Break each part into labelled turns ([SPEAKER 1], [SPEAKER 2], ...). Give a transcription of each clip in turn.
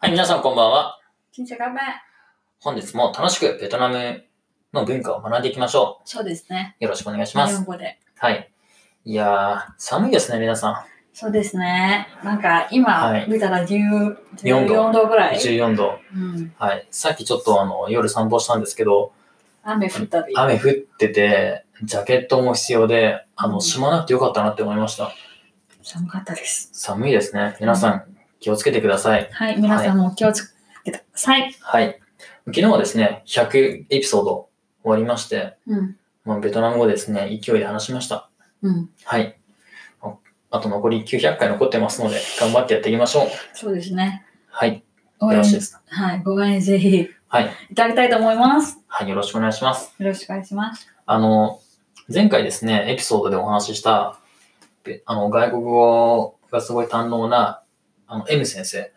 [SPEAKER 1] はい、皆さんこんばんは。
[SPEAKER 2] 金ちゃがば
[SPEAKER 1] 本日も楽しくベトナムの文化を学んでいきましょ
[SPEAKER 2] そうですね。
[SPEAKER 1] う。よろしくお願いしま
[SPEAKER 2] 日
[SPEAKER 1] す
[SPEAKER 2] 本。語で。
[SPEAKER 1] はい。いやー、寒いですね、皆さ
[SPEAKER 2] そうですね。なんか今、
[SPEAKER 1] はい
[SPEAKER 2] 見たら10
[SPEAKER 1] 14
[SPEAKER 2] 14度ぐ
[SPEAKER 1] ん。
[SPEAKER 2] らい。
[SPEAKER 1] 14度。
[SPEAKER 2] うん、
[SPEAKER 1] はい。さっきちょっとあの、夜散歩したんですけど、
[SPEAKER 2] 雨降ったり。
[SPEAKER 1] 雨降ってて、ジャケットも必要で、あ
[SPEAKER 2] う
[SPEAKER 1] の、
[SPEAKER 2] ん
[SPEAKER 1] しまなくてよかったなって思いました。
[SPEAKER 2] 寒かったです。
[SPEAKER 1] 寒いですね。皆さん、気をつけてください。
[SPEAKER 2] はい、皆さんも気をつけてください。
[SPEAKER 1] はい。昨日はですね、100エピソード終わりまして、
[SPEAKER 2] うん。
[SPEAKER 1] まあ、ベトナム語ですね、勢いで話しました。
[SPEAKER 2] うん。
[SPEAKER 1] はい。ああと残り900回残ってますので、頑張ってやっていきましょう。
[SPEAKER 2] そうですね。
[SPEAKER 1] はい。よ
[SPEAKER 2] 応援
[SPEAKER 1] ろしいですか
[SPEAKER 2] はい、ご援ぜひ
[SPEAKER 1] はい。
[SPEAKER 2] いただきたいと思います。
[SPEAKER 1] はい。よろしくお願いします。
[SPEAKER 2] よろしくお願いします。
[SPEAKER 1] あの、前回ですね、エピソードでお話しした、べあの、外国語がすごい堪能な、あの、M 先生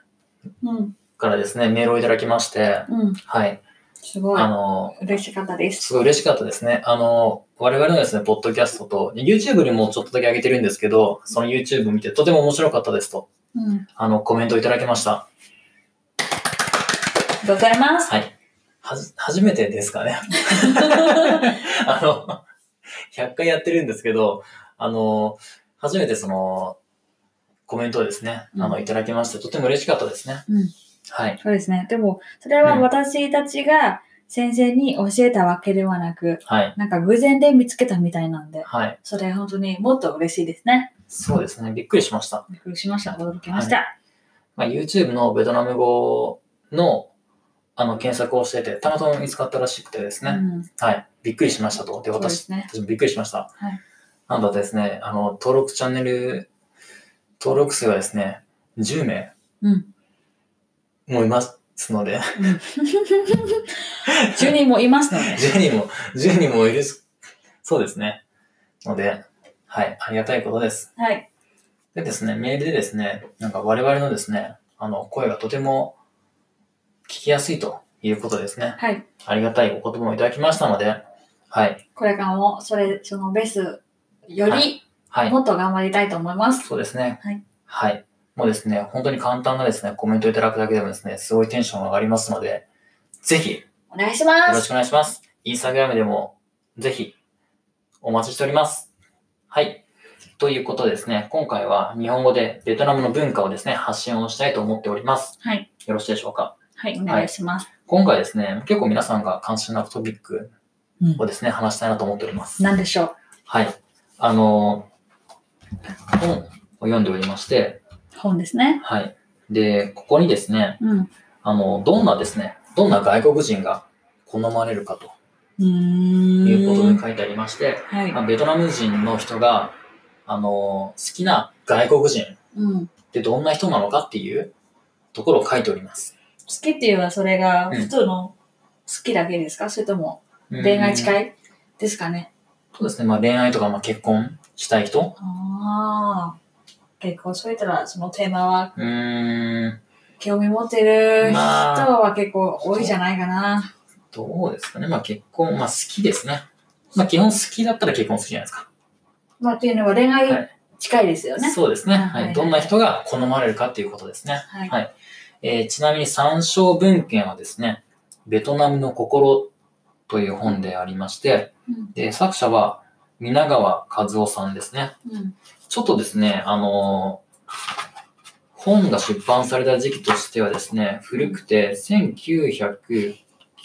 [SPEAKER 2] うん。
[SPEAKER 1] からですね、メールをいただきまして、
[SPEAKER 2] うん。
[SPEAKER 1] はい。
[SPEAKER 2] すごい
[SPEAKER 1] あ。の、
[SPEAKER 2] 嬉しかったです。
[SPEAKER 1] すごい嬉しかったですね。あの、我々のですね、ポッドキャストと、YouTube にもちょっとだけ上げてるんですけど、その YouTube を見てとても面白かったですと、
[SPEAKER 2] うん。
[SPEAKER 1] あの、コメントをいただきました。
[SPEAKER 2] ありがとうございます。
[SPEAKER 1] はい。はじ、初めてです かね。あの、100回やってるんですけど、あの、初めてその、コメントをですね、あ
[SPEAKER 2] う
[SPEAKER 1] の、
[SPEAKER 2] ん
[SPEAKER 1] いただきまして、とても嬉しかったですね。
[SPEAKER 2] うん
[SPEAKER 1] はい。
[SPEAKER 2] そうですね。でも、それは私たちが先生に教えたわけではなく、
[SPEAKER 1] はい。
[SPEAKER 2] なんか偶然で見つけたみたいなんで、
[SPEAKER 1] はい。
[SPEAKER 2] それ本当にもっと嬉しいですね。
[SPEAKER 1] そうですね。びっくりしました。
[SPEAKER 2] びっくりしました。驚きました。
[SPEAKER 1] まあ、YouTube のベトナム語の、あの、検索をしてて、たまたま見つかったらしくてですね。
[SPEAKER 2] うん、
[SPEAKER 1] はい。びっくりしましたと。で、
[SPEAKER 2] そうで
[SPEAKER 1] 私
[SPEAKER 2] すね。
[SPEAKER 1] 私もびっくりしました。
[SPEAKER 2] はい
[SPEAKER 1] なんとですね、あの、登録チャンネル、登録数がですね、10名
[SPEAKER 2] うん。
[SPEAKER 1] もいますので、
[SPEAKER 2] 10人もいます ので、
[SPEAKER 1] 10人も、10人もいるす、そうですね。ので、はい、ありがたいことです。
[SPEAKER 2] はい。
[SPEAKER 1] でですね、メールでですね、なんか我々のですね、あの、声がとても聞きやすいということですね。
[SPEAKER 2] はい。
[SPEAKER 1] ありがたいお言葉もいただきましたので、はい、
[SPEAKER 2] これからも、それ、そのベースよ
[SPEAKER 1] は
[SPEAKER 2] り、
[SPEAKER 1] はい。
[SPEAKER 2] もっと頑張りたいと思います。
[SPEAKER 1] そうですね。
[SPEAKER 2] はい。
[SPEAKER 1] はい。もうですね、本当に簡単なですね、コメントいただくだけでもですね、すごいテンションが上がりますので、ぜひ、よ
[SPEAKER 2] お願いしま
[SPEAKER 1] ろ
[SPEAKER 2] す。
[SPEAKER 1] しくお願いします。インスタグラムでも、ぜひ、お待ちしております。はい。ということでですね、今回は日本語でベトナムの文化をですね、発信をしたいと思っております。
[SPEAKER 2] はい。
[SPEAKER 1] よろしいでしょうか。
[SPEAKER 2] はい、お願いします。
[SPEAKER 1] 今回ですね、結構皆さんが関心のあるトピック
[SPEAKER 2] うん
[SPEAKER 1] をですね、話したいなと思っております。
[SPEAKER 2] 何でしょう
[SPEAKER 1] はい。あのー本を読んでおりまして、
[SPEAKER 2] 本ですね。
[SPEAKER 1] はい。で、ここにですね、
[SPEAKER 2] うん。う
[SPEAKER 1] あの、どんなですね、どんな外国人が好まれるかと
[SPEAKER 2] ーん。
[SPEAKER 1] いうことが書いてありまして、
[SPEAKER 2] はい
[SPEAKER 1] ま。あベトナム人の人が、あの、好きな外国人っ
[SPEAKER 2] うん。好
[SPEAKER 1] てどんな人なのかっていうところを書いております。
[SPEAKER 2] きっていうのは、それが
[SPEAKER 1] うん
[SPEAKER 2] 普通の好きだけですか、それとも恋愛
[SPEAKER 1] い
[SPEAKER 2] 近いですかね。
[SPEAKER 1] そうですね、まあ恋愛とか、まあ、結婚したい人
[SPEAKER 2] ああ。結構、そういったら、そのテーマは
[SPEAKER 1] うーん、
[SPEAKER 2] 興味持ってる人
[SPEAKER 1] まあ
[SPEAKER 2] は結構多いじゃないかな。
[SPEAKER 1] どうですかね、まあ結婚、まあ好きですね。まあ基本好きだったら結婚好きじゃないですか。
[SPEAKER 2] まあ、っていうのは恋
[SPEAKER 1] は
[SPEAKER 2] 愛
[SPEAKER 1] い
[SPEAKER 2] 近いですよね。
[SPEAKER 1] そうですね、
[SPEAKER 2] はいはい
[SPEAKER 1] は。
[SPEAKER 2] はいい
[SPEAKER 1] どんな人が好まれるかっていうことですね。
[SPEAKER 2] はい。
[SPEAKER 1] はいえーちなみに参照文献はですね、ベトナムの心という本でありまして、
[SPEAKER 2] うん
[SPEAKER 1] で作者は皆川和夫さんですね。
[SPEAKER 2] うん
[SPEAKER 1] ちょっとですね、あのー本が出版された時期としてはですね、古くて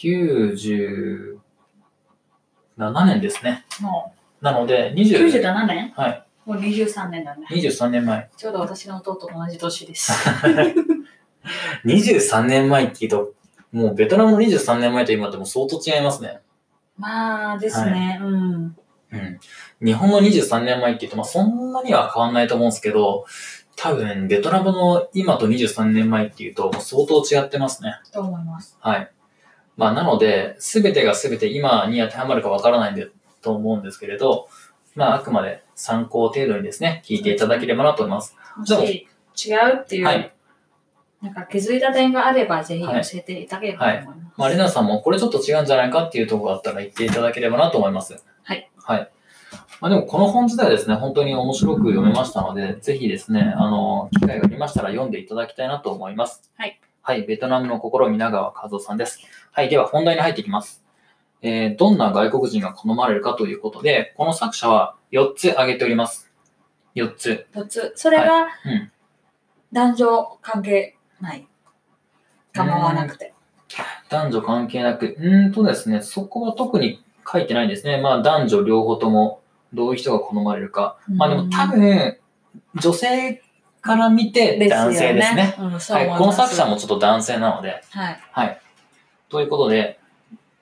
[SPEAKER 1] 1997年ですね。
[SPEAKER 2] も
[SPEAKER 1] なので
[SPEAKER 2] う
[SPEAKER 1] 20、
[SPEAKER 2] 97年
[SPEAKER 1] はい、
[SPEAKER 2] もう23年だね。
[SPEAKER 1] 23年前。
[SPEAKER 2] ちょうど私の弟と同じ年です。
[SPEAKER 1] 23年前って言うと、もうベトナムの23年前と今ってもう相当違いますね。
[SPEAKER 2] まあですね、うん。
[SPEAKER 1] うん。日本の23年前って言うと、まあそんなには変わんないと思うんですけど、多分、ベトナムの今と23年前っていうと、もう相当違ってますね。
[SPEAKER 2] と思います。
[SPEAKER 1] はい。まあなので、すべてがすべて今に当てはまるかわからないんで、と思うんですけれど、まああくまで参考程度にですね、聞いていただければなと思います。
[SPEAKER 2] も
[SPEAKER 1] じゃあ
[SPEAKER 2] し違うっていう、
[SPEAKER 1] はい
[SPEAKER 2] なんか気づいた点があれば、ぜひ教えていただければと思います。
[SPEAKER 1] まあレナさんもこれちょっと違うんじゃないかっていうところがあったら言っていただければなと思います。
[SPEAKER 2] はい。
[SPEAKER 1] はい。まあでもこの本自体はですね、本当に面白く読めましたので、ぜひですね、あの、機会がありましたら読んでいただきたいなと思います。
[SPEAKER 2] はい。
[SPEAKER 1] はい、ベトナムの心皆川和夫さんです。はい、では本題に入っていきます。えーどんな外国人が好まれるかということで、この作者は4つ挙げております。4つ。
[SPEAKER 2] 四つ。それが
[SPEAKER 1] うん
[SPEAKER 2] 男女関係ない。構わなくて。
[SPEAKER 1] 男女関係なく、うーんとですね、そこは特に書いてないですね。まあ男女両方ともどういう人が好まれるか。まあでも多分、女性から見
[SPEAKER 2] う
[SPEAKER 1] て
[SPEAKER 2] んですよ
[SPEAKER 1] 男性ですね。。
[SPEAKER 2] うん、そう
[SPEAKER 1] はい、
[SPEAKER 2] 思い
[SPEAKER 1] この
[SPEAKER 2] ます
[SPEAKER 1] 作者もちょっと男性なので、
[SPEAKER 2] はい。
[SPEAKER 1] はい。ということで、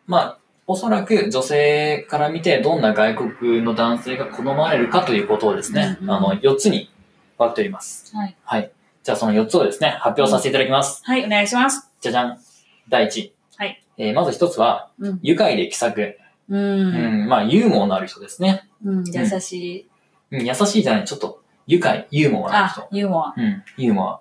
[SPEAKER 1] まあ、おそらく女性から見てどんな外国の男性が好まれるかということをですね、
[SPEAKER 2] うんうん
[SPEAKER 1] あの、4つに分けております。
[SPEAKER 2] はい。
[SPEAKER 1] はい。じゃあその4つをですね、発表させていただきます。
[SPEAKER 2] はい、お願いします。
[SPEAKER 1] じゃじゃん。第1位。
[SPEAKER 2] はい。
[SPEAKER 1] えーまず1つは、
[SPEAKER 2] うん。
[SPEAKER 1] 愉快で気さく。う
[SPEAKER 2] う。
[SPEAKER 1] んん、まあ、ユーモアのある人ですね。
[SPEAKER 2] うん。優しい。
[SPEAKER 1] うん、優しいじゃない、ちょっと、愉快、ユーモアのある
[SPEAKER 2] あ
[SPEAKER 1] 人、。
[SPEAKER 2] ユーモア。
[SPEAKER 1] うん、ユーモア。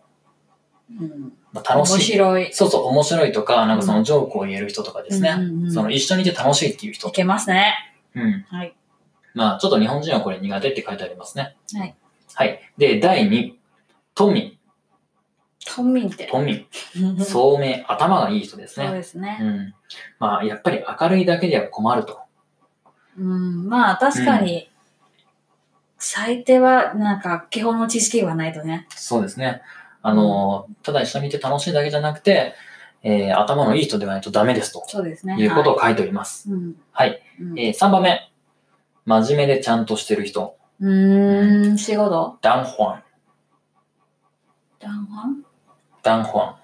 [SPEAKER 2] うん。
[SPEAKER 1] まあ、楽
[SPEAKER 2] 面
[SPEAKER 1] しい。
[SPEAKER 2] 白い。
[SPEAKER 1] そうそう、面白いとか、なんかそのジョークを言える人とかですね。
[SPEAKER 2] うんうんうん
[SPEAKER 1] その一緒にいて楽しいっていう人
[SPEAKER 2] い。けますね。
[SPEAKER 1] うん。
[SPEAKER 2] はい。
[SPEAKER 1] まあ、ちょっと日本人はこれ苦手って書いてありますね。
[SPEAKER 2] はい。
[SPEAKER 1] はい。で、第2、富民、
[SPEAKER 2] トンミンって。
[SPEAKER 1] 富民、聡明、頭がいい人です
[SPEAKER 2] そう
[SPEAKER 1] ね。
[SPEAKER 2] ですね
[SPEAKER 1] う。ん。まあ、やっぱり明るいだけでは困ると。
[SPEAKER 2] うん。まあ、確かに、最低は、なんか、基本の知識はないとね。
[SPEAKER 1] そうですね。あの、ただ一緒にいて楽しいだけじゃなくて、えー頭のいい人ではないとダメですと
[SPEAKER 2] そうですね。
[SPEAKER 1] いうこと
[SPEAKER 2] は
[SPEAKER 1] を書いております。
[SPEAKER 2] いうん。
[SPEAKER 1] はい。
[SPEAKER 2] うん
[SPEAKER 1] えー3番目。真面目でちゃんとしてる人。
[SPEAKER 2] うーん、仕事。
[SPEAKER 1] ダンホアン。
[SPEAKER 2] 談話
[SPEAKER 1] ダンホアン。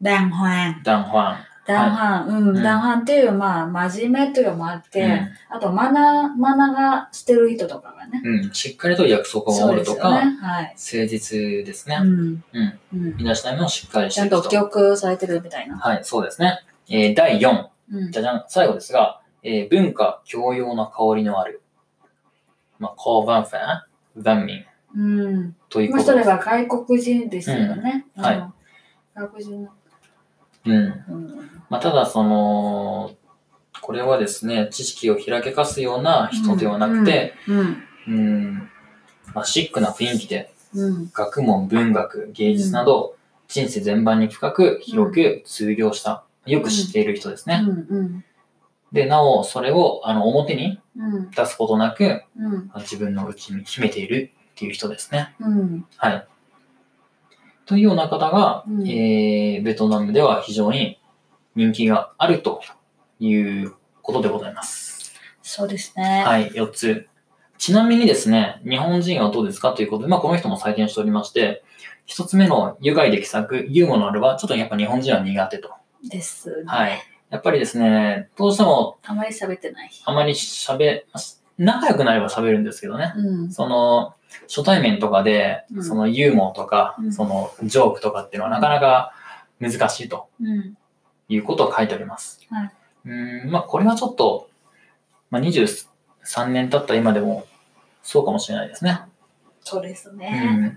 [SPEAKER 2] 談話。
[SPEAKER 1] ダンホアン。
[SPEAKER 2] 談話。う
[SPEAKER 1] うん
[SPEAKER 2] ん、談話っていう、まあ、真面目というのもあって、あと、マナー、マナーがしてる人とかがね。
[SPEAKER 1] うん、うん。しっかりと約束を
[SPEAKER 2] そう
[SPEAKER 1] 守
[SPEAKER 2] で
[SPEAKER 1] る
[SPEAKER 2] す
[SPEAKER 1] と
[SPEAKER 2] よ
[SPEAKER 1] か、
[SPEAKER 2] ね。はい。
[SPEAKER 1] 誠実ですね
[SPEAKER 2] う。ん。
[SPEAKER 1] うん。
[SPEAKER 2] うん。
[SPEAKER 1] 身だしなみもしっかりし
[SPEAKER 2] ち
[SPEAKER 1] て
[SPEAKER 2] ゃん
[SPEAKER 1] る人。
[SPEAKER 2] と記憶されてるみたいな。
[SPEAKER 1] はい、そうですね。えー第4。
[SPEAKER 2] うん
[SPEAKER 1] じ。ゃじゃん。最後ですが、えー文化、教養の香りのある。まあ、高文化、文民
[SPEAKER 2] うん。
[SPEAKER 1] という
[SPEAKER 2] ま
[SPEAKER 1] こ
[SPEAKER 2] あ、
[SPEAKER 1] と
[SPEAKER 2] そ
[SPEAKER 1] で
[SPEAKER 2] れ
[SPEAKER 1] す。
[SPEAKER 2] は外国人ですよね。
[SPEAKER 1] うんはい
[SPEAKER 2] あの。外国人の。
[SPEAKER 1] うん。
[SPEAKER 2] うん。
[SPEAKER 1] まあ、ただその、これはですね、知識を開けかすような人ではなくて、
[SPEAKER 2] うん。
[SPEAKER 1] うん、まあ、シックな雰囲気で、
[SPEAKER 2] うん。
[SPEAKER 1] 学問、文学、芸術など、人生全般に深く、広く通行した、よく知っている人です
[SPEAKER 2] う
[SPEAKER 1] ね。
[SPEAKER 2] ん。
[SPEAKER 1] で、なお、それを、あの、表に
[SPEAKER 2] うん。
[SPEAKER 1] 出すことなく、
[SPEAKER 2] うん。
[SPEAKER 1] まあ自分の内に秘めているっていう人ですね。
[SPEAKER 2] うん。
[SPEAKER 1] はい。というような方が、
[SPEAKER 2] うん
[SPEAKER 1] えー、ベトナムでは非常に人気があるということでございます。
[SPEAKER 2] そうですね。
[SPEAKER 1] はい、4つ。ちなみにですね、日本人はどうですかということで、まあこの人も採点しておりまして、1つ目の愉快で気さく、ユーモアのあれば、ちょっとやっぱ日本人は苦手と。
[SPEAKER 2] です。
[SPEAKER 1] はい。やっぱりですね、どうしても
[SPEAKER 2] あまり喋ってない。
[SPEAKER 1] あまり喋、仲良くなれば喋るんですけどね、
[SPEAKER 2] うん。
[SPEAKER 1] その、初対面とかで
[SPEAKER 2] う、ん
[SPEAKER 1] そのユーモアとか、
[SPEAKER 2] うん
[SPEAKER 1] そのジョークとかっていうのはなかなか難しいと
[SPEAKER 2] うん。
[SPEAKER 1] いうことを書いております。
[SPEAKER 2] はいう
[SPEAKER 1] ーん、まあこれはちょっと、まあ23年経った今でも、そうかもしれないですね。
[SPEAKER 2] そうです
[SPEAKER 1] う
[SPEAKER 2] ね。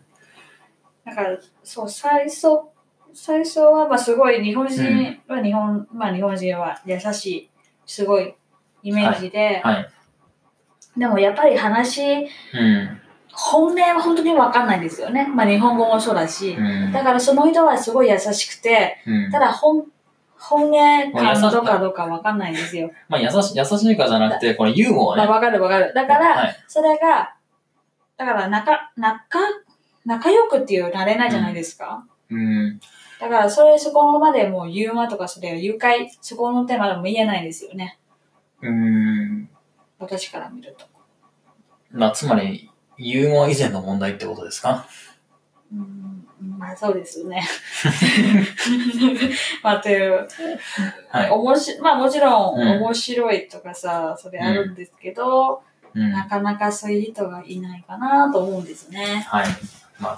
[SPEAKER 1] ん
[SPEAKER 2] だから、そう、最初、最初は、まあ、すごい日本人は日本、まあ、日本人は優しい、すごいイメージで、
[SPEAKER 1] はい。
[SPEAKER 2] でもやっぱり話、
[SPEAKER 1] うん。
[SPEAKER 2] 本音は本当にわかんないですよね。まあ、日本語もそうだし
[SPEAKER 1] う。ん。
[SPEAKER 2] だから、その人はすごい優しくて、
[SPEAKER 1] うん
[SPEAKER 2] ただ、本、本音感とかどうかわかんないんですよ。
[SPEAKER 1] まあ、優し優しいかじゃなくて、これユーモア
[SPEAKER 2] まあ、
[SPEAKER 1] ね。
[SPEAKER 2] わかるわかる。だから、
[SPEAKER 1] はい。
[SPEAKER 2] それが、だから仲、仲、仲良くっていうなれないじゃないですか。
[SPEAKER 1] うん。
[SPEAKER 2] だから、それ、そこまでもう、言うまとか、それ、誘拐、そこの手までも言えないですよね。
[SPEAKER 1] うん。
[SPEAKER 2] 私から見ると。
[SPEAKER 1] まあ、つまり、ユーモア以前の問題ってことですか
[SPEAKER 2] うん、まあ、そうですよね。 まあ、という、
[SPEAKER 1] はい。
[SPEAKER 2] おもし、まあ、もちろん、
[SPEAKER 1] うん
[SPEAKER 2] 面白いとかさ、それあるんですけど、
[SPEAKER 1] うん。
[SPEAKER 2] な
[SPEAKER 1] はい。
[SPEAKER 2] かなかそういう人がいないかなと思うんですね。
[SPEAKER 1] まあ、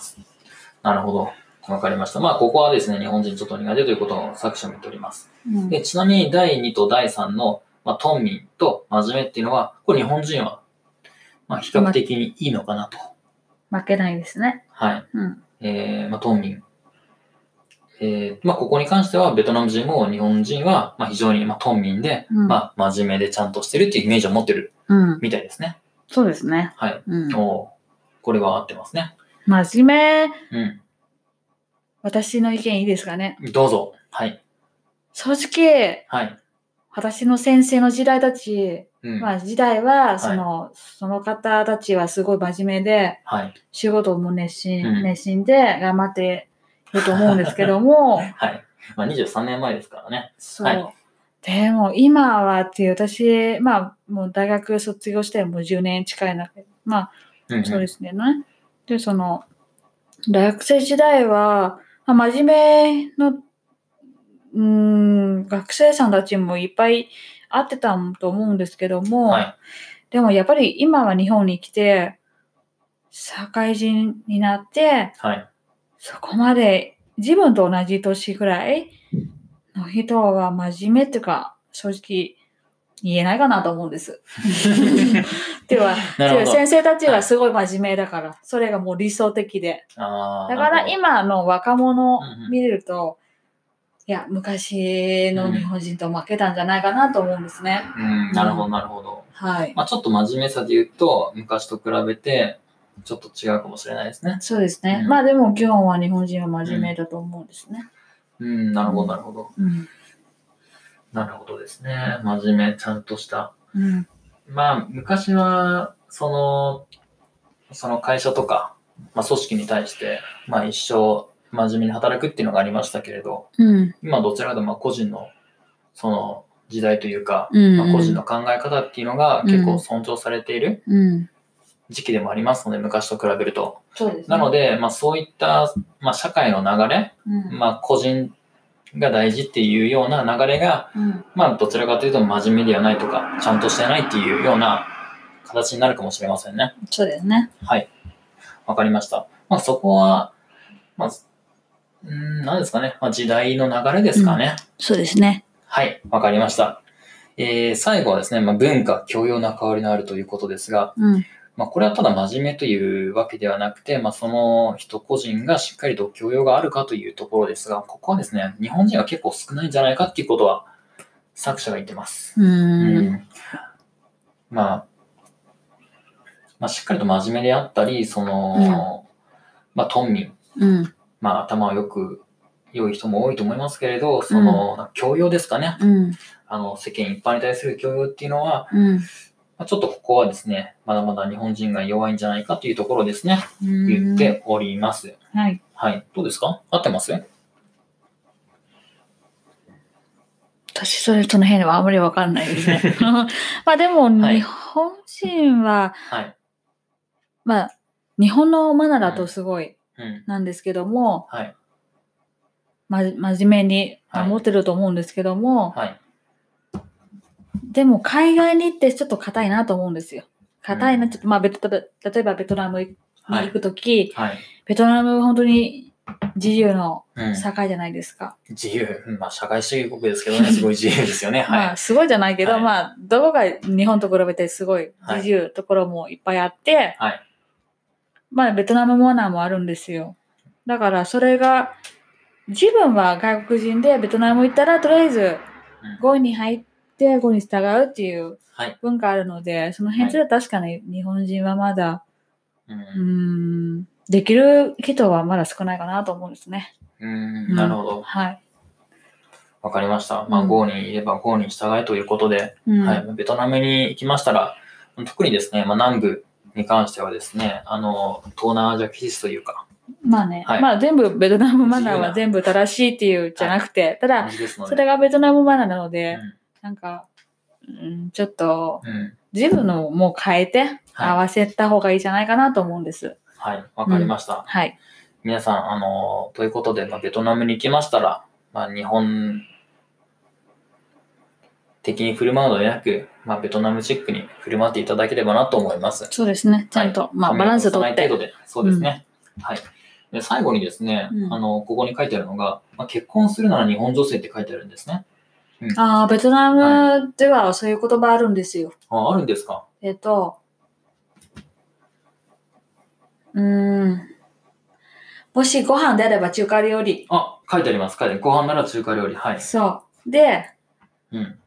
[SPEAKER 1] なるほど。わかりました。まあ、ここはですね、日本人ちょっと苦手ということを作者も言っております。
[SPEAKER 2] うん
[SPEAKER 1] で、ちなみに第2と第3の、まあ、トンミンと真面目っていうのは、これ日本人は、まあ、比較的にいいのかなと。
[SPEAKER 2] 負けないですね。
[SPEAKER 1] はい。
[SPEAKER 2] うん。
[SPEAKER 1] えー、まあ、トンミン。えー、まあ、ここに関しては、ベトナム人も日本人は、まあ、非常に、まあ、トンミンで、
[SPEAKER 2] うん
[SPEAKER 1] まあ、真面目でちゃんとしてるっていうイメージを持ってる
[SPEAKER 2] うん。
[SPEAKER 1] みたいですね。
[SPEAKER 2] そうですね。
[SPEAKER 1] はい。
[SPEAKER 2] うん
[SPEAKER 1] おーこれは合ってますね。
[SPEAKER 2] 真面目
[SPEAKER 1] うん。
[SPEAKER 2] 私の意見いいですかね。
[SPEAKER 1] どうぞ。はい。
[SPEAKER 2] 正直、
[SPEAKER 1] はい。
[SPEAKER 2] 私の先生の時代たち、
[SPEAKER 1] うん。
[SPEAKER 2] まあ時代は、その、その方たちはすごい真面目で、
[SPEAKER 1] はい。
[SPEAKER 2] 仕事も熱心、
[SPEAKER 1] うん
[SPEAKER 2] 熱心で頑張っていると思うんですけども、
[SPEAKER 1] はい。まあ、23年前ですからね。
[SPEAKER 2] そう。
[SPEAKER 1] はい
[SPEAKER 2] でも今はっていう、私、まあもう大学卒業してもう10年近いなまあ
[SPEAKER 1] うんうん、
[SPEAKER 2] そうですね。ねで、その、大学生時代は、まあ、真面目の、うーん、学生さんたちもいっぱい会ってたと思うんですけども、
[SPEAKER 1] はい。
[SPEAKER 2] でもやっぱり今は日本に来て、社会人になって、
[SPEAKER 1] はい。
[SPEAKER 2] そこまで自分と同じ年ぐらいの人は真面目っていうか、正直言えないかなと思うんです。では、
[SPEAKER 1] なるほど。
[SPEAKER 2] 先生たちはすごい真面目だから、それがもう理想的で。
[SPEAKER 1] あー
[SPEAKER 2] だから、今の若者を
[SPEAKER 1] うんうん
[SPEAKER 2] 見ると、いや、昔の日本人と負けたんじゃないかなと思うんですね。
[SPEAKER 1] なるほどうん、なるほど、なるほど。
[SPEAKER 2] はい。
[SPEAKER 1] まあ、ちょっと真面目さで言うと、昔と比べて、ちょっと違うかもしれないですね。
[SPEAKER 2] そうですね。
[SPEAKER 1] うん
[SPEAKER 2] まあでも、基本は日本人は真面目だと思うんですね。
[SPEAKER 1] うん、なるほど、なるほど。
[SPEAKER 2] うん。
[SPEAKER 1] なるほどですね。真面目、ちゃんとした。
[SPEAKER 2] うん。
[SPEAKER 1] まあ、昔は、その、その会社とか、まあ、組織に対して、まあ、一生真面目に働くっていうのがありましたけれど、
[SPEAKER 2] うん。
[SPEAKER 1] 今どちらかというとまあ個人の、その時代というか、
[SPEAKER 2] うん
[SPEAKER 1] まあ個人の考え方っていうのが結
[SPEAKER 2] う
[SPEAKER 1] 構
[SPEAKER 2] ん
[SPEAKER 1] 尊重されている
[SPEAKER 2] うん。
[SPEAKER 1] 時期でもありますので、昔と比べると。
[SPEAKER 2] そうですね。
[SPEAKER 1] なので、まあそういった、まあ社会の流れ、
[SPEAKER 2] うん、
[SPEAKER 1] まあ個人が大事っていうような流れが、
[SPEAKER 2] うん。
[SPEAKER 1] まあどちらかというと真面目ではないとか、ちゃんとしてないっていうような形になるかもしれませんね。
[SPEAKER 2] そうですね。
[SPEAKER 1] はい。わかりました。まあそこは、まあ、うーん、何ですかね。まあ時代の流れですかね。
[SPEAKER 2] そうですね。
[SPEAKER 1] はい、わかりました。えー、最後はですね、まあ、文化、教養な香りのあるということですが、
[SPEAKER 2] うん。
[SPEAKER 1] まあ、これはただ真面目というわけではなくて、まあ、その人個人がしっかりと教養があるかというところですが、ここはですね、日本人が結構少ないんじゃないかっていうことは、作者が言ってます。
[SPEAKER 2] う。
[SPEAKER 1] うんまあ、まあ、しっかりと真面目であったり、その、まあ、トンミン、
[SPEAKER 2] うん。
[SPEAKER 1] まあ、頭をよく良い人も多いと思いますけれど、その、教養ですかね。
[SPEAKER 2] うん。
[SPEAKER 1] あの、世間一般に対する教養っていうのは、
[SPEAKER 2] うん。
[SPEAKER 1] まあちょっとここはですね、まだまだ日本人が弱いんじゃないかというところですね、
[SPEAKER 2] うん
[SPEAKER 1] 言っ。ております。
[SPEAKER 2] はい。
[SPEAKER 1] はい。どうですか合ってます
[SPEAKER 2] 私、それ、その辺はあまりわかんないですね。 まあでも、
[SPEAKER 1] はい
[SPEAKER 2] 日本人は、
[SPEAKER 1] はい。
[SPEAKER 2] まあ、日本のマナーだとすごい
[SPEAKER 1] うん。
[SPEAKER 2] なんですけども、
[SPEAKER 1] はい。
[SPEAKER 2] ま、真面目に
[SPEAKER 1] はい
[SPEAKER 2] 保ってると思うんですけども、
[SPEAKER 1] はい。
[SPEAKER 2] でも海外に行ってちょっと硬いなと思うんですよ。硬いうな、
[SPEAKER 1] ん
[SPEAKER 2] ちょっと、まあ、ベト例えばベトナムに
[SPEAKER 1] は
[SPEAKER 2] 行
[SPEAKER 1] い。
[SPEAKER 2] くとき、
[SPEAKER 1] はい。
[SPEAKER 2] ベトナムは本当に自由の
[SPEAKER 1] うん、
[SPEAKER 2] 境じゃないですか。
[SPEAKER 1] 自由。うんまあ、社会主義国ですけど ね、すごい自由ですよね。はい。
[SPEAKER 2] まあ、すごいじゃないけど、
[SPEAKER 1] はい
[SPEAKER 2] まあ、どこが日本と比べてすごい自由ところもいっぱいあって、
[SPEAKER 1] はい
[SPEAKER 2] まあ、ベトナムマナーもあるんですよ。だから、それが、自分は外国人でベトナム行ったら、とりあえず
[SPEAKER 1] うん、
[SPEAKER 2] 語に入って、語に従うっていう
[SPEAKER 1] はい。
[SPEAKER 2] 文化あるので、その辺では確かに日本人はまだ、
[SPEAKER 1] う
[SPEAKER 2] うー
[SPEAKER 1] ん。
[SPEAKER 2] ん、できる人はまだ少ないかなと思うんですね。
[SPEAKER 1] うん、なるほど。
[SPEAKER 2] はい。
[SPEAKER 1] わかりました。まあ、
[SPEAKER 2] うん
[SPEAKER 1] GO にいれば GO に従えということで、
[SPEAKER 2] うん
[SPEAKER 1] はい、ベトナムに行きましたら、特にですね、まあ、南部に関してはですね、あの、東南アジア気質というか、
[SPEAKER 2] まあね、
[SPEAKER 1] はい
[SPEAKER 2] まあ全部ベトナムマナー
[SPEAKER 1] 自由
[SPEAKER 2] は
[SPEAKER 1] な
[SPEAKER 2] 全部正しいっていうじゃなくて、ただ
[SPEAKER 1] 感、じですので。
[SPEAKER 2] それがベトナムマナーなので、
[SPEAKER 1] う
[SPEAKER 2] なんか、うん、ちょっと、
[SPEAKER 1] ん。うん。
[SPEAKER 2] 自分のをもう変えて、
[SPEAKER 1] はい
[SPEAKER 2] 合わせた方がいいじゃないかなと思うんです。
[SPEAKER 1] はい、わかりました。
[SPEAKER 2] はい。
[SPEAKER 1] 皆さん、あの、ということで、まあ、ベトナムに行きましたら、まあ、日本的に振る舞うのではなく、まあ、ベトナムチックに振る舞っていただければなと思います。
[SPEAKER 2] そうですね。ちゃんと、まあ、バランス
[SPEAKER 1] と
[SPEAKER 2] とっ
[SPEAKER 1] 程
[SPEAKER 2] て。
[SPEAKER 1] 度で、そうですね。はい。で最後にですね、
[SPEAKER 2] うん
[SPEAKER 1] あの、ここに書いてあるのが、まあ、結婚するなら日本女性って書いてあるんですね。
[SPEAKER 2] ああ、ベトナムではそういう言葉あるんですよ。
[SPEAKER 1] あ、あるんですか
[SPEAKER 2] えっと、うーん。もしご飯であれば中華料理。
[SPEAKER 1] あ、書いてあります。書いてある。ご飯なら中華料理。はい。
[SPEAKER 2] そう。で、
[SPEAKER 1] うん。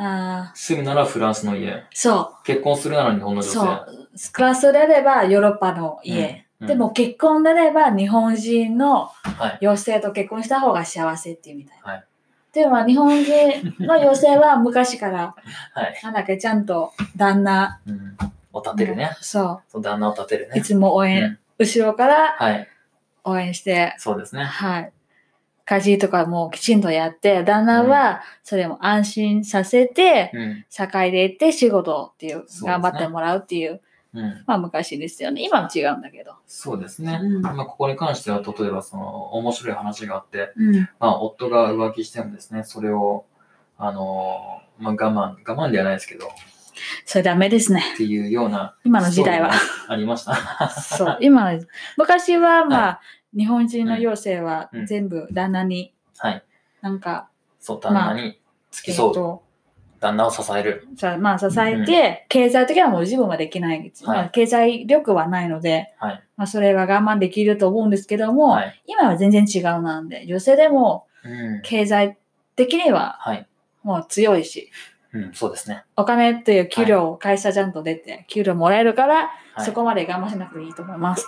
[SPEAKER 2] あー
[SPEAKER 1] 住むならフランスの家。
[SPEAKER 2] そ
[SPEAKER 1] 結婚するなら日本の
[SPEAKER 2] う、
[SPEAKER 1] 女性。
[SPEAKER 2] そう。スクラスであればヨーロッパの家。でも、結婚であれば日本人の
[SPEAKER 1] はい。
[SPEAKER 2] 妖精と結婚した方が幸せっていうみたいな。
[SPEAKER 1] はい
[SPEAKER 2] でも日本人の妖精は昔から、
[SPEAKER 1] はい。
[SPEAKER 2] なんだっけ、ちゃんと旦那、
[SPEAKER 1] うん。を立てるね。
[SPEAKER 2] そ
[SPEAKER 1] そう、旦那を立てる
[SPEAKER 2] う、い
[SPEAKER 1] ね。
[SPEAKER 2] つも応援、
[SPEAKER 1] うん
[SPEAKER 2] 後ろから
[SPEAKER 1] はい。
[SPEAKER 2] 応援して、
[SPEAKER 1] そうですね。
[SPEAKER 2] はい。家事とかもきちんとやって、旦那はそれも安心させて、
[SPEAKER 1] うん。
[SPEAKER 2] 社会で行って仕事っていう、
[SPEAKER 1] すね
[SPEAKER 2] 頑張ってもらうっていう、
[SPEAKER 1] うん。
[SPEAKER 2] まあ昔ですよね。今は違うんだけど。
[SPEAKER 1] そうですね。
[SPEAKER 2] うん
[SPEAKER 1] まあ、ここに関しては、例えば、その、面白い話があって、
[SPEAKER 2] うん。
[SPEAKER 1] まあ、夫が浮気してもですね、それを、あのーまあ、我慢、我慢ではないですけど、
[SPEAKER 2] それダメですね。
[SPEAKER 1] っていうような、
[SPEAKER 2] 今の時代は。。
[SPEAKER 1] ありました。
[SPEAKER 2] そう、今の、昔はまあ、日本人の妖精は
[SPEAKER 1] うん
[SPEAKER 2] 全部旦那に、
[SPEAKER 1] はい。
[SPEAKER 2] なんか、
[SPEAKER 1] そう、旦那に付き添う。
[SPEAKER 2] と、
[SPEAKER 1] 旦那を支える。
[SPEAKER 2] さまあ支えて、経済的にはもう自分はできない、まあ経済力はないので、
[SPEAKER 1] はい
[SPEAKER 2] まあそれは我慢できると思うんですけども、
[SPEAKER 1] はい。
[SPEAKER 2] 今は全然違うなんで、女性でも
[SPEAKER 1] うん。
[SPEAKER 2] 経済的には
[SPEAKER 1] はい。
[SPEAKER 2] もう強いし、
[SPEAKER 1] うん、そうですね。
[SPEAKER 2] お金っていう給料を会社ちゃんと出て、給料もらえるから、
[SPEAKER 1] はい
[SPEAKER 2] そこまで我慢しなくていいと思います。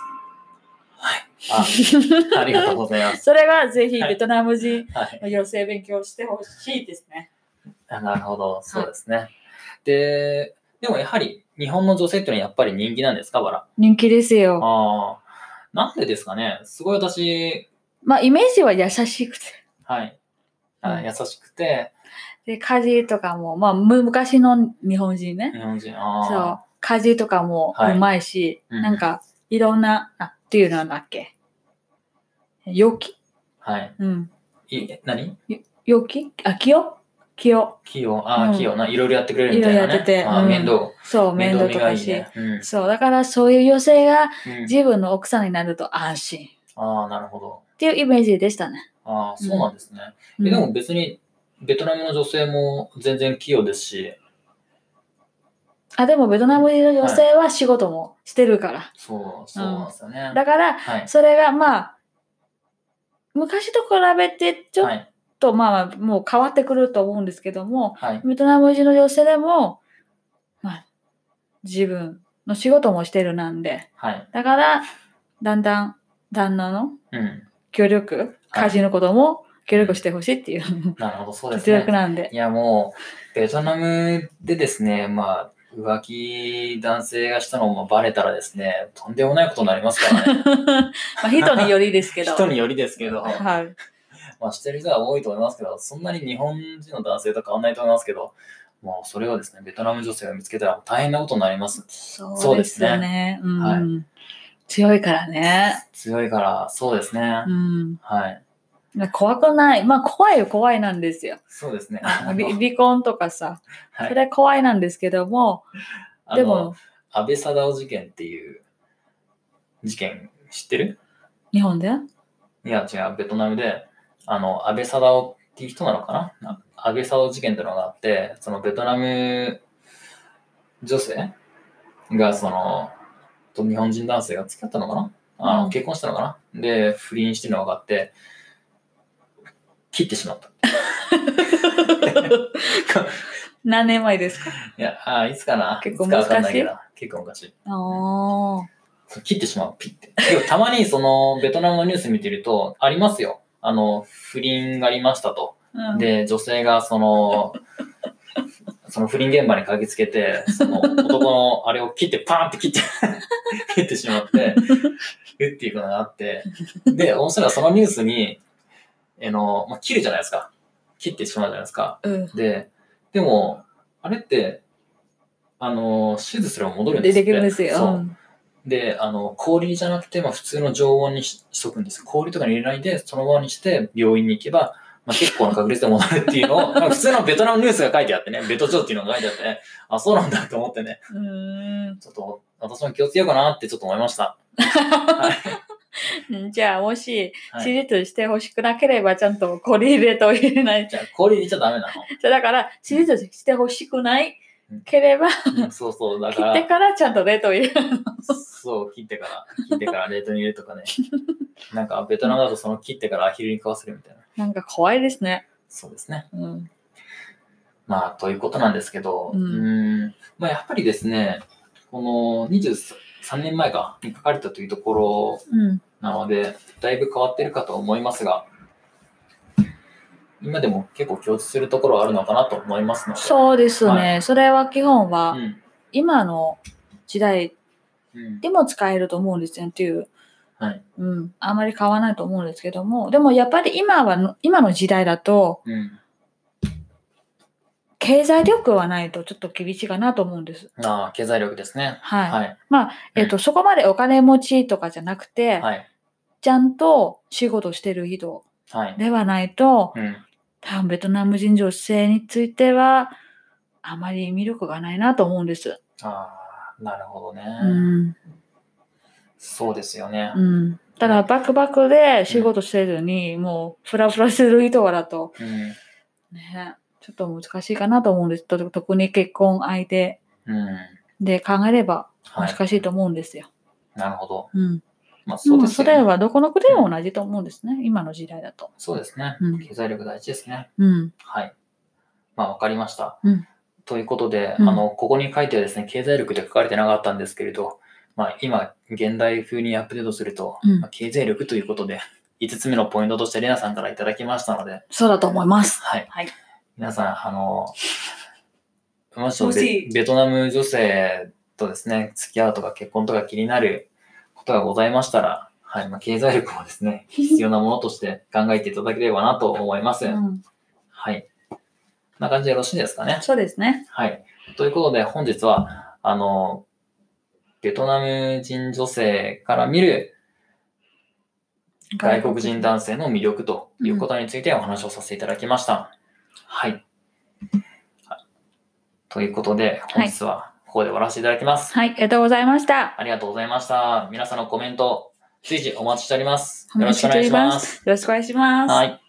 [SPEAKER 1] はい。あありがとうございます。
[SPEAKER 2] それはぜひ
[SPEAKER 1] はい
[SPEAKER 2] ベトナム人
[SPEAKER 1] はい。
[SPEAKER 2] 妖精勉強してほしいですね。
[SPEAKER 1] あなるほど。そうですね。で、でもやはり、日本の女性っていうのはやっぱり人気なんですか、バラ。
[SPEAKER 2] 人気ですよ。
[SPEAKER 1] ああ。なんでですかね。すごい私、
[SPEAKER 2] まあ、イメージは優しくて。
[SPEAKER 1] はい。あ
[SPEAKER 2] うん
[SPEAKER 1] 優しくて、
[SPEAKER 2] で、家事とかも、まあ、む昔の日本人ね。
[SPEAKER 1] 日本人、
[SPEAKER 2] そう
[SPEAKER 1] ああ。。
[SPEAKER 2] 家事とかも
[SPEAKER 1] はいう
[SPEAKER 2] まいし、
[SPEAKER 1] うん
[SPEAKER 2] なんか、いろんな、あ、っていうのはなんだっけ。良き
[SPEAKER 1] はい。
[SPEAKER 2] うん。
[SPEAKER 1] い何
[SPEAKER 2] 良きあ、清清。
[SPEAKER 1] 器用、ああ、
[SPEAKER 2] うん
[SPEAKER 1] 器用な。いろいろやってくれるみたいな、ね。
[SPEAKER 2] いろいろやってて
[SPEAKER 1] ああ
[SPEAKER 2] うん
[SPEAKER 1] 面倒。
[SPEAKER 2] そう、面倒
[SPEAKER 1] 見
[SPEAKER 2] と
[SPEAKER 1] が
[SPEAKER 2] か
[SPEAKER 1] いい
[SPEAKER 2] し。
[SPEAKER 1] ね。うん。うん
[SPEAKER 2] そう、だからそういう妖精が自分の奥さんになると安心。
[SPEAKER 1] ああ、なるほど。
[SPEAKER 2] っていうイメージでしたね。
[SPEAKER 1] ああ、そうなんですね。
[SPEAKER 2] うん
[SPEAKER 1] えでも別にベトナムの女性も全然器用ですし、
[SPEAKER 2] あ、でもベトナム人の女性は仕事もしてるから。
[SPEAKER 1] そう、そうなんですよね。
[SPEAKER 2] だから、
[SPEAKER 1] はい。
[SPEAKER 2] それがまあ、昔と比べてちょ
[SPEAKER 1] は
[SPEAKER 2] っ
[SPEAKER 1] い。
[SPEAKER 2] とまあ、もう変わってくると思うんですけども、
[SPEAKER 1] はい。
[SPEAKER 2] ベトナム人の女性でも、まあ、自分の仕事もしてるなんで、
[SPEAKER 1] はい。
[SPEAKER 2] だから、だんだん旦那の
[SPEAKER 1] うん。
[SPEAKER 2] 協力、
[SPEAKER 1] はい
[SPEAKER 2] 家事のことも協力してほしいっていう
[SPEAKER 1] なるほど、 そうです
[SPEAKER 2] 実力
[SPEAKER 1] ね。
[SPEAKER 2] なんで。
[SPEAKER 1] いや、もう、ベトナムでですね、まあ、浮気男性がしたのもバレたらですね、とんでもないことになりますからね。
[SPEAKER 2] まあ、人によりですけど。
[SPEAKER 1] 人によりですけど、
[SPEAKER 2] はい。
[SPEAKER 1] まあ、してる人は多いと思いますけど、そんなに日本人の男性と変わんないと思いますけど、もうそれをですね、ベトナム女性が見つけたら大変なことになります。
[SPEAKER 2] そうですよ
[SPEAKER 1] そうです
[SPEAKER 2] ね。う
[SPEAKER 1] は
[SPEAKER 2] ん。強いからね。
[SPEAKER 1] 強いから、そうですね。
[SPEAKER 2] うん。
[SPEAKER 1] はい。
[SPEAKER 2] 怖くない。まあ怖いよ怖いなんですよ。
[SPEAKER 1] そうですね。あの
[SPEAKER 2] び離婚とかさ、
[SPEAKER 1] はい
[SPEAKER 2] それ怖いなんですけども、
[SPEAKER 1] あ
[SPEAKER 2] で
[SPEAKER 1] の
[SPEAKER 2] も
[SPEAKER 1] 安倍貞夫事件っていう事件知ってる
[SPEAKER 2] 日本で
[SPEAKER 1] いや違うベトナムであの安倍貞夫っていう人なのかなあ安倍貞夫事件っていうのがあってそのベトナム女性がそのと日本人男性が付き合ったのかなあの、
[SPEAKER 2] うん
[SPEAKER 1] 結婚したのかなで不倫してるのが分かって切ってしまった
[SPEAKER 2] 何年前ですか
[SPEAKER 1] いやあいつかな
[SPEAKER 2] 結構
[SPEAKER 1] つかわかんないけど
[SPEAKER 2] 昔
[SPEAKER 1] 結構昔
[SPEAKER 2] おー
[SPEAKER 1] そう切ってしまう、ピッて。でもたまにその、ベトナムのニュース見てると、ありますよ。あの、不倫がありましたと。
[SPEAKER 2] うん、
[SPEAKER 1] で、女性がそ の、その不倫現場に駆けつけて、その男のあれを切って、パーンって切 って、切ってしまって、えっていうのがあって、で、面白いのはそのニュースに、あの、まあ、切るじゃないですか。切ってしまうじゃないですか。
[SPEAKER 2] うん
[SPEAKER 1] で、でも、あれって、あの、手術すれば戻るんで
[SPEAKER 2] です
[SPEAKER 1] って
[SPEAKER 2] できるんですよ。
[SPEAKER 1] そううんで、あの、氷じゃなくて、まあ、普通の常温にししとくんです。氷とかに入れないで、そのままにして、病院に行けば、まあ、結構な確率で戻るっていう のを、なんか普通のベトナムニュースが書いてあってね、ベトジョーっていうのが書いてあってね、あ、そうなんだと思ってね、
[SPEAKER 2] うーん
[SPEAKER 1] ちょっと、私も気をつけようかなってちょっと思いました。はい。
[SPEAKER 2] うんじゃあもし
[SPEAKER 1] はい
[SPEAKER 2] 手術してほしくなければちゃんとこれ入れと入れ ない。
[SPEAKER 1] じゃあ、氷入れちゃダメな
[SPEAKER 2] じゃあだから手術してほしくないければ
[SPEAKER 1] の。 うんそうそう、だ
[SPEAKER 2] 切
[SPEAKER 1] か
[SPEAKER 2] って
[SPEAKER 1] ら、
[SPEAKER 2] からちゃんと冷凍入れる。
[SPEAKER 1] そう、切ってから、切ってから冷凍に入れるとかね。なんか、ベトナムだとその切ってからアヒルに食わせるみたいな。
[SPEAKER 2] なんか怖いですね。
[SPEAKER 1] そうですね。
[SPEAKER 2] うん
[SPEAKER 1] まあ、ということなんですけど、
[SPEAKER 2] うん
[SPEAKER 1] ーんまあ、やっぱりですね、この 20, 3年前か、に書かれたというところ
[SPEAKER 2] うん。
[SPEAKER 1] なので、だいぶ変わってるかと思いますが、今でも結構共通するところはあるのかなと思いますので。
[SPEAKER 2] そうですね。
[SPEAKER 1] は
[SPEAKER 2] それは基本は
[SPEAKER 1] うん。
[SPEAKER 2] 今の時代
[SPEAKER 1] うん。
[SPEAKER 2] でも使えると思うんですねっていう。
[SPEAKER 1] はい。
[SPEAKER 2] うん。あまり買わないと思うんですけども、でもやっぱり今はの、今の時代だと、
[SPEAKER 1] うん。
[SPEAKER 2] 経済力はないとちょっと厳しいかなと思うんです。
[SPEAKER 1] ああ、経済力ですね。
[SPEAKER 2] はい。
[SPEAKER 1] はい。
[SPEAKER 2] えっ、と、そこまでお金持ちとかじゃなくて、
[SPEAKER 1] はい。
[SPEAKER 2] ちゃんと仕事してる人
[SPEAKER 1] はい。
[SPEAKER 2] ではないと、
[SPEAKER 1] うん。
[SPEAKER 2] 多分ベトナム人女性については、あまり魅力がないなと思うんです。
[SPEAKER 1] ああ、なるほどね。
[SPEAKER 2] うん。
[SPEAKER 1] そうですよね。
[SPEAKER 2] うん。ただ、バックバックで仕事してるのに、もう、フラフラしてる人だと、
[SPEAKER 1] うん。
[SPEAKER 2] ね、ちょっと難しいかなと思うんです。と特に結婚相手
[SPEAKER 1] うん。
[SPEAKER 2] で考えれば
[SPEAKER 1] はい。
[SPEAKER 2] 難しいと思うんですよ。
[SPEAKER 1] なるほど。
[SPEAKER 2] うん。
[SPEAKER 1] まあ、
[SPEAKER 2] そ
[SPEAKER 1] そうう
[SPEAKER 2] で、
[SPEAKER 1] ですす
[SPEAKER 2] それ
[SPEAKER 1] よね。
[SPEAKER 2] はどこの国でも同じと思うんですね。今の時代だと。
[SPEAKER 1] そうですね
[SPEAKER 2] うん。
[SPEAKER 1] 経済力大事ですね。
[SPEAKER 2] うん。
[SPEAKER 1] はい。まあ、わかりました。
[SPEAKER 2] うん
[SPEAKER 1] ということで、
[SPEAKER 2] うん
[SPEAKER 1] あの、ここに書いてはですね、経済力で書かれてなかったんですけれど、まあ、今、現代風にアップデートすると、
[SPEAKER 2] うん
[SPEAKER 1] まあ経済力ということで、5つ目のポイントとして、レナさんからいただきましたので、
[SPEAKER 2] そうだと思います。
[SPEAKER 1] はい。
[SPEAKER 2] はい
[SPEAKER 1] 皆さん、あの、もし
[SPEAKER 2] もし
[SPEAKER 1] ベベトナム女性とですね、付き合うとか結婚とか気になることがございましたら、はい、まあ、経済力をですね、必要なものとして考えていただければなと思います。
[SPEAKER 2] うん。
[SPEAKER 1] はい。こんな感じでよろしいですかね。
[SPEAKER 2] そうですね。
[SPEAKER 1] はい。ということで、本日は、あの、ベトナム人女性から見る外国人男性の魅力ということについてお話をさせていただきました。はい。ということで、本日はここで終わらせていただきます。
[SPEAKER 2] はい、ありがとうございました。
[SPEAKER 1] ありがとうございました。皆さんのコメント、随時お待ちしております。
[SPEAKER 2] お
[SPEAKER 1] よろ
[SPEAKER 2] 待ち
[SPEAKER 1] しくお
[SPEAKER 2] して
[SPEAKER 1] 願
[SPEAKER 2] お
[SPEAKER 1] いしま。
[SPEAKER 2] りますよろしくお願いします。
[SPEAKER 1] はい。